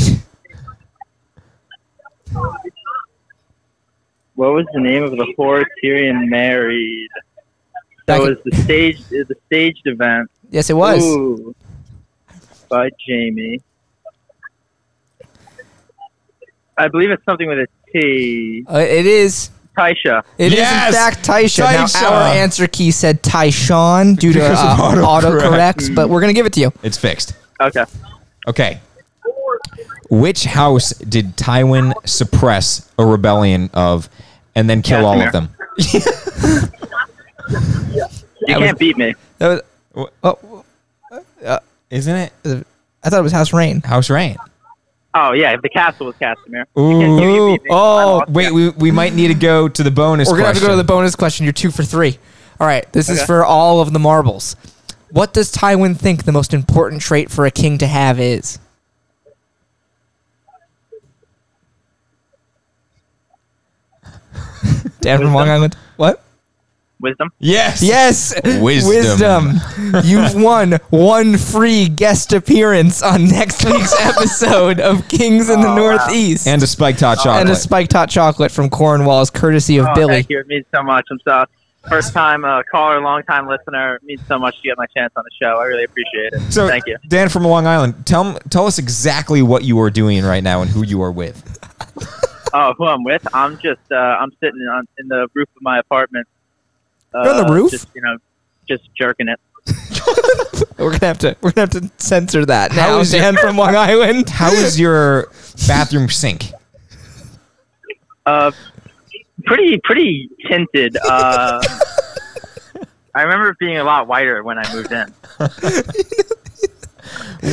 B: [laughs]
D: What was the name of the whore Tyrion married? That
B: Back-
D: was the staged, the staged event.
B: yes, it was.
D: Ooh. By Jamie. I believe it's something with a T.
B: Uh, it is.
D: Tysha.
B: It is
A: Yes!
B: in fact Taisha. Now our
A: Taisha!
B: answer key said Tyshawn due to
A: Because of
B: uh,
A: autocorrect.
B: autocorrects, but we're gonna give it to you.
A: It's fixed.
D: Okay.
A: Okay. Which house did Tywin suppress a rebellion of and then kill all of
D: Casimir.
A: them?
D: You
B: That was-
D: can't beat me.
B: That was, oh,
A: uh, Isn't it?
B: I thought it was House Rain.
A: House Rain.
D: Oh, yeah. The castle was Casimir. You can't- you can't
A: Ooh.
D: beat me. I
A: Oh,
D: lost.
A: wait, we, we might need to go to the bonus
B: We're gonna have to go to
A: question.
B: the bonus question. You're two for three. All right, this is
D: Okay.
B: for all of the marbles. What does Tywin think the most important trait for a king to have
A: [laughs]
B: is? Dan from Long Island. What?
D: Wisdom.
A: Yes.
B: Yes,
A: Wisdom.
B: Wisdom. You've won one free guest appearance on next
D: [laughs]
B: week's episode of Kings in the
D: Oh, wow.
B: Northeast,
A: And a spiked hot chocolate.
B: And a spiked hot chocolate from Cornwall's, courtesy of
D: Oh,
B: Billy.
D: Thank you. It means so much. I'm so first time uh, caller, long time listener. It means so much to get my chance on the show. I really appreciate it.
A: So,
D: thank you.
A: Dan from Long Island, tell tell us exactly what you are doing right now and who you are with.
D: Oh, who I'm with? I'm just uh, I'm sitting on in the roof of my apartment. Uh,
B: You're on the roof?
D: Just you know, just jerking it.
B: We're gonna have to we're gonna have to censor that
A: How
B: now.
A: is your-
B: Dan from Long
D: [laughs]
B: Island.
A: How is your bathroom sink?
D: Uh, pretty pretty tinted. Uh, I remember it being a lot whiter when I moved in.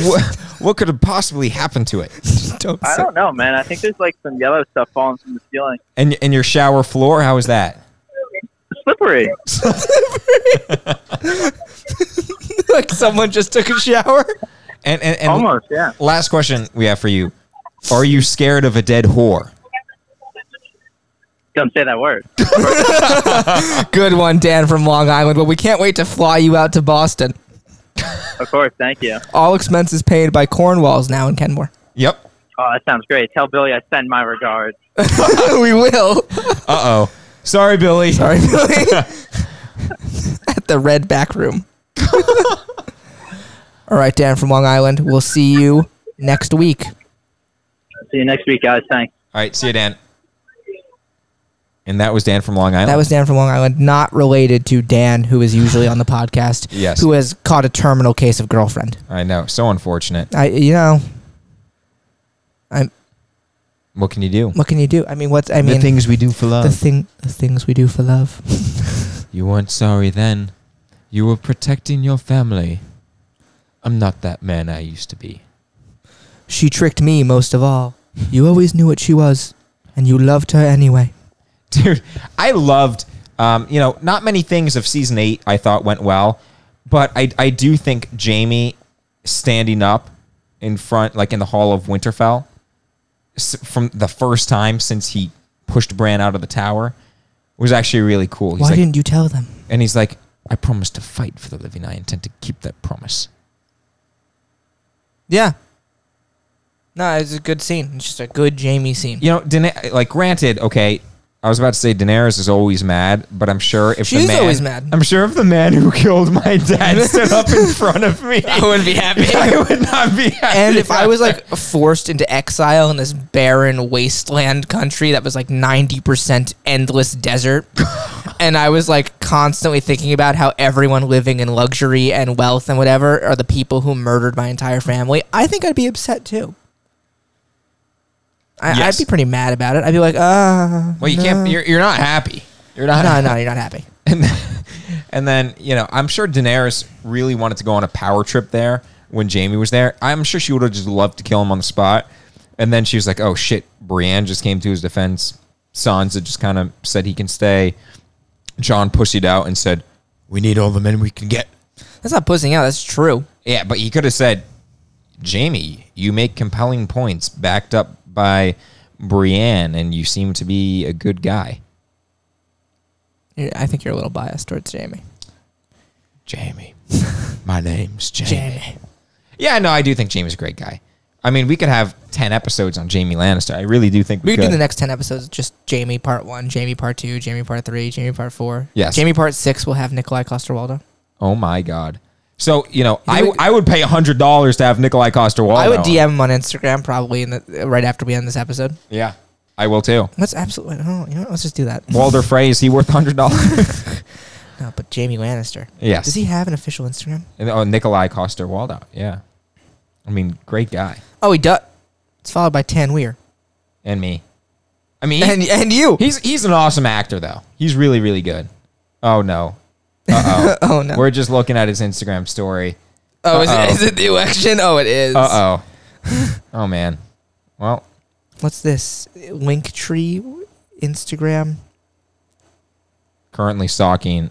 A: What, what could have possibly happened to it?
B: Don't
D: I
B: say-
D: don't know, man. I think there's like some yellow stuff falling from the ceiling.
A: And and your shower floor, how is that?
D: Slippery.
B: [laughs] like someone just took a shower.
A: And and, and
D: Almost, yeah.
A: last question we have for you: Are you scared of a dead whore?
D: Don't say that word.
B: Good one, Dan from Long Island. Well, we can't wait to fly you out to Boston.
D: Of course, thank you.
B: All expenses paid by Cornwall's now in
D: [laughs]
B: Kenmore.
A: Yep.
D: Oh, that sounds great. Tell Billy I send my regards.
B: we will.
A: Uh oh. Sorry, Billy.
B: [laughs] Sorry, Billy. At the red back room. [laughs] All right, Dan from Long Island. We'll see you next week.
D: See you next week, guys. Thanks.
A: All right. See you, Dan. And that was Dan from Long Island.
B: That was Dan from Long Island, not related to Dan, who is usually on the podcast.
A: Yes.
B: Who has caught a terminal case of girlfriend.
A: I know. So unfortunate.
B: I, you know, I'm.
A: What can you do?
B: What can you do? I mean, what's I mean,
A: the things we do for love.
B: the thing, the things we do for love.
A: you weren't sorry then. You were protecting your family. I'm not that man I used to be. [laughs]
B: She tricked me most of all. You always knew what she was, and you loved her anyway.
A: dude i loved um, you know not many things of season eight i thought went well but i, I do think jamie standing up in front like in the hall of winterfell s- from the first time since he pushed bran out of the tower was actually really cool he's
B: Why
A: like,
B: didn't you tell them?
A: and he's like i promised to fight for the living i intend to keep that promise
B: Yeah. No, it's a good scene. It's just a good Jamie scene.
A: you know Dana- like granted okay I was about to say Daenerys is always mad, but I'm sure if the
B: She's
A: man,
B: always mad.
A: I'm sure if the man who killed my
B: [laughs]
A: dad stood up in front of me, [laughs]
B: wouldn't be happy.
A: I would not be happy.
B: [laughs] and if I was [laughs] like forced into exile in this barren wasteland country that was like 90% endless [laughs] desert, and I was like constantly thinking about how everyone living in luxury and wealth and whatever are the people who murdered my entire family, I think I'd be upset too. I,
A: Yes.
B: I'd be pretty mad about it. I'd be like, ah.
A: well, you
B: no.
A: can't. You're, you're not happy. You're not.
B: No, no, you're not happy.
A: [laughs] And, and then you know, I'm sure Daenerys really wanted to go on a power trip there when Jamie was there. I'm sure she would have just loved to kill him on the spot. And then she was like, "Oh shit!" Brienne just came to his defense. Sansa just kind of said he can stay. John pussied out and said, "We need all the men we can get."
B: That's not pussing out. That's true.
A: Yeah, but he could have said, Jamie, you make compelling points backed up by Brienne, and you seem to be a good guy.
B: You're- I think you're a little biased towards Jamie. [laughs]
A: Jamie. My name's Jamie. Yeah, no, I do think Jamie's a great guy. I mean, we could have 10 episodes on Jamie Lannister. I really do think we,
B: We could
A: could.
B: do the next 10 episodes just Jamie part 1, Jamie part 2, Jamie part 3, Jamie part 4.
A: Yes.
B: Jamie part 6 will have Nikolai Coster-Waldo.
A: oh, my God. So, you know, I,
B: we-
A: I would pay $100 to have Nikolai Coster-Waldau.
B: I would
A: on.
B: DM him on Instagram probably in the, right after we end this episode.
A: Yeah, I will too.
B: Let's absolutely oh, you know, what, let's just do that.
A: Walder Frey, is he worth
B: [laughs]
A: $100?
B: No, but Jamie Lannister.
A: Yes.
B: Does he have an official Instagram?
A: oh, Nikolai Coster-Waldau, yeah. I mean, great guy.
B: Oh, he does. It's followed by Tan Weir.
A: And me. I mean,
B: And and you.
A: He's he's an awesome actor though. He's really really good. Oh no. Uh
B: Oh
A: oh.
B: no.
A: We're just looking at his Instagram story.
B: oh, is
A: uh-oh.
B: it, is it the election? Oh, it is.
A: Uh [laughs] oh. Oh man. Well,
B: What's this? Linktree Instagram?
A: currently stalking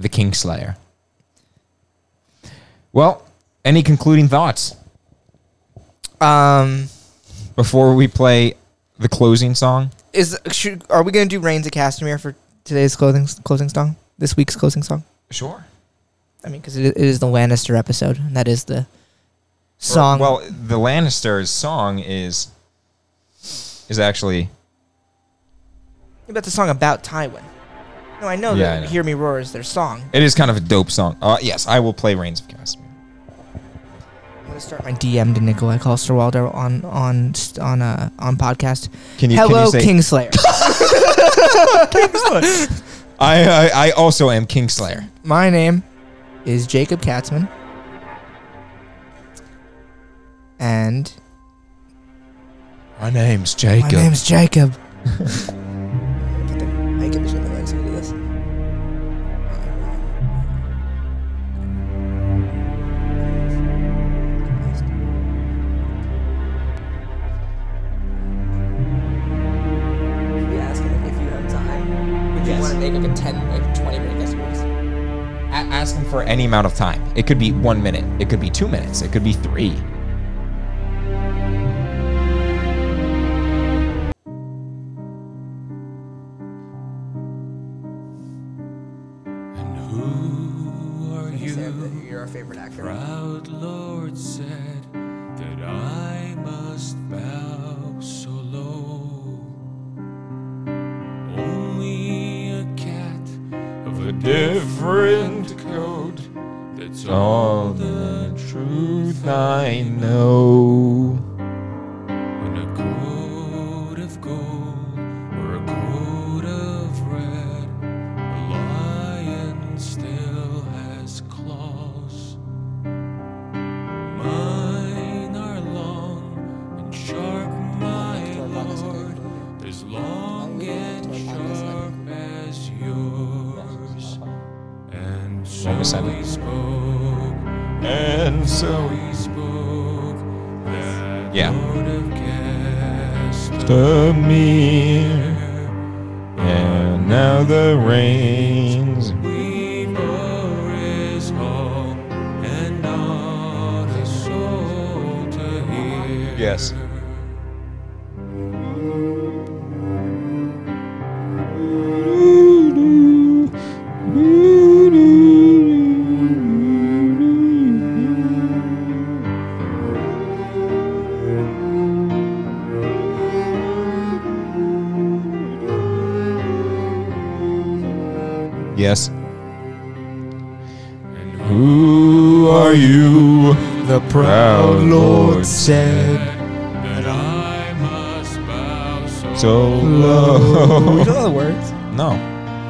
A: the Kingslayer. Well, any concluding thoughts
B: Um
A: before we play the closing song?
B: is should, are we gonna do Reigns of Castamere for today's clothing closing song? This week's closing song.
A: Sure.
B: I mean, because it, it is the Lannister episode, and that is the song.
A: Well, the Lannisters song is is actually
B: about the song about Tywin. No, I know
A: Yeah,
B: that
A: I know.
B: "Hear Me Roar" is their song.
A: it is kind of a dope song. Uh, yes, I will play Reigns of Castamere.
B: I'm gonna start my DM to Nikolai Coster-Waldau on on on uh, on podcast.
A: Can you- can
B: Hello,
A: you say-
B: Kingslayer. [laughs]
A: I, I I also am Kingslayer.
B: my name is Jacob Katzman, and
A: My name's
B: my
A: Jacob.
B: name's Jacob. Put the mic in between my legs when I do this. Ask him if you have time. Would you
A: Yes.
B: want to make like a 10, like 20 minute guest voice?
A: ask him for any amount of time. It could be one minute. It could be two minutes. It could be three.
E: And who are you?
B: You're our favorite actor.
E: Proud Lord said that I must bow so low. Only a cat of a different coat. That's all the truth I
A: know.
E: in a coat of gold or a coat of red. A lion still has claws. Mine are long and sharp, my lord, as long and sharp as yours. And so
A: Almost had it.
E: he spoke, and so he spoke. That
A: Yeah.
E: Lord of Castor
A: To me, and now the rains.
E: Weaver is all, and not a soul to hear.
A: Yes. Yes. [laughs]
E: And
A: Who are you? The proud Lord
B: said
E: that I must bow so,
A: so
B: We
A: low.
B: don't know the words.
A: no,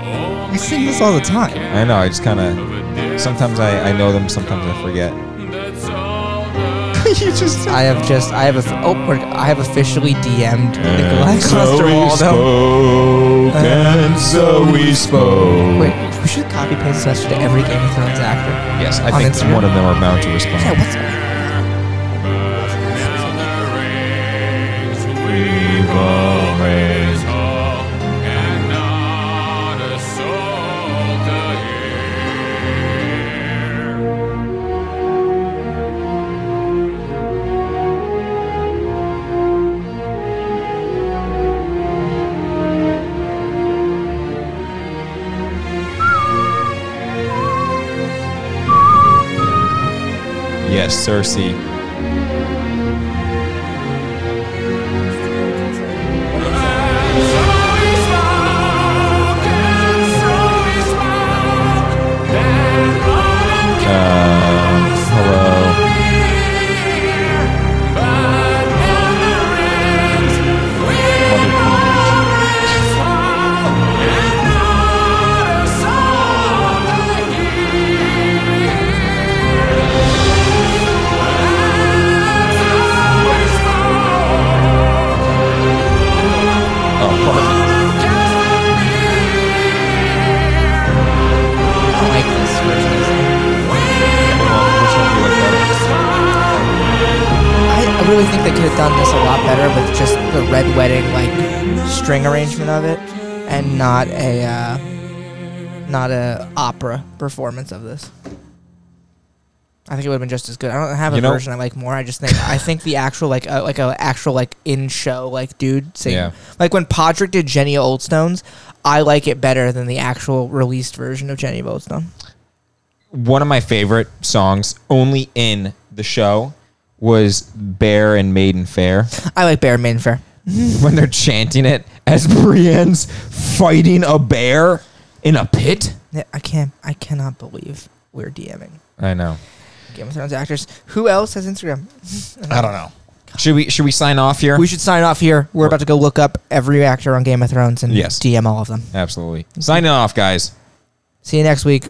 E: Only
B: We sing this all the time.
A: I know. I just kind of.
E: a different
A: Sometimes I, I know them. Sometimes I forget.
E: coat. That's all the
A: you just.
B: I have just, I have a, oh, we're, I have officially DM'd Nikolai
A: And so
B: Coster
A: we
B: Waldo.
A: spoke, and so we spoke.
B: Wait, we should copy paste this to every Game of Thrones actor.
A: Yes, I
B: On
A: think
B: Instagram?
A: one of them are bound to respond.
B: Yeah, what's
E: rains we've always hauled, and not a soul to hear.
A: Yes, Cersei. Uh, Um, hello. Mother Queen. Oh, perfect.
B: I don't like this version.
A: Well, which one do you like better?
B: I I really think they could have done this a lot better with just the Red Wedding, like, string arrangement of it, and not a, uh, not a opera performance of this. I think it would have been just as good. I don't have a
A: You know-
B: version I like more. I just think I think the actual like uh, like a actual like in show like dude sing
A: Yeah.
B: like when Podrick did Jenny of Oldstones, I like it better than the actual released version of Jenny of Oldstone.
A: one of my favorite songs only in the show was Bear and Maiden Fair
B: I like Bear Maiden Fair.
A: when they're chanting it as Brienne's fighting a bear in a pit.
B: Yeah, I can't. I cannot believe we're DMing
A: I know.
B: Game of Thrones actors. Who else has Instagram?
A: I don't know. Should we should we sign off here?
B: We should sign off here. We're about to go look up every actor on Game of Thrones and
A: Yes.
B: DM all of them.
A: Absolutely. Signing off, guys.
B: See you next week.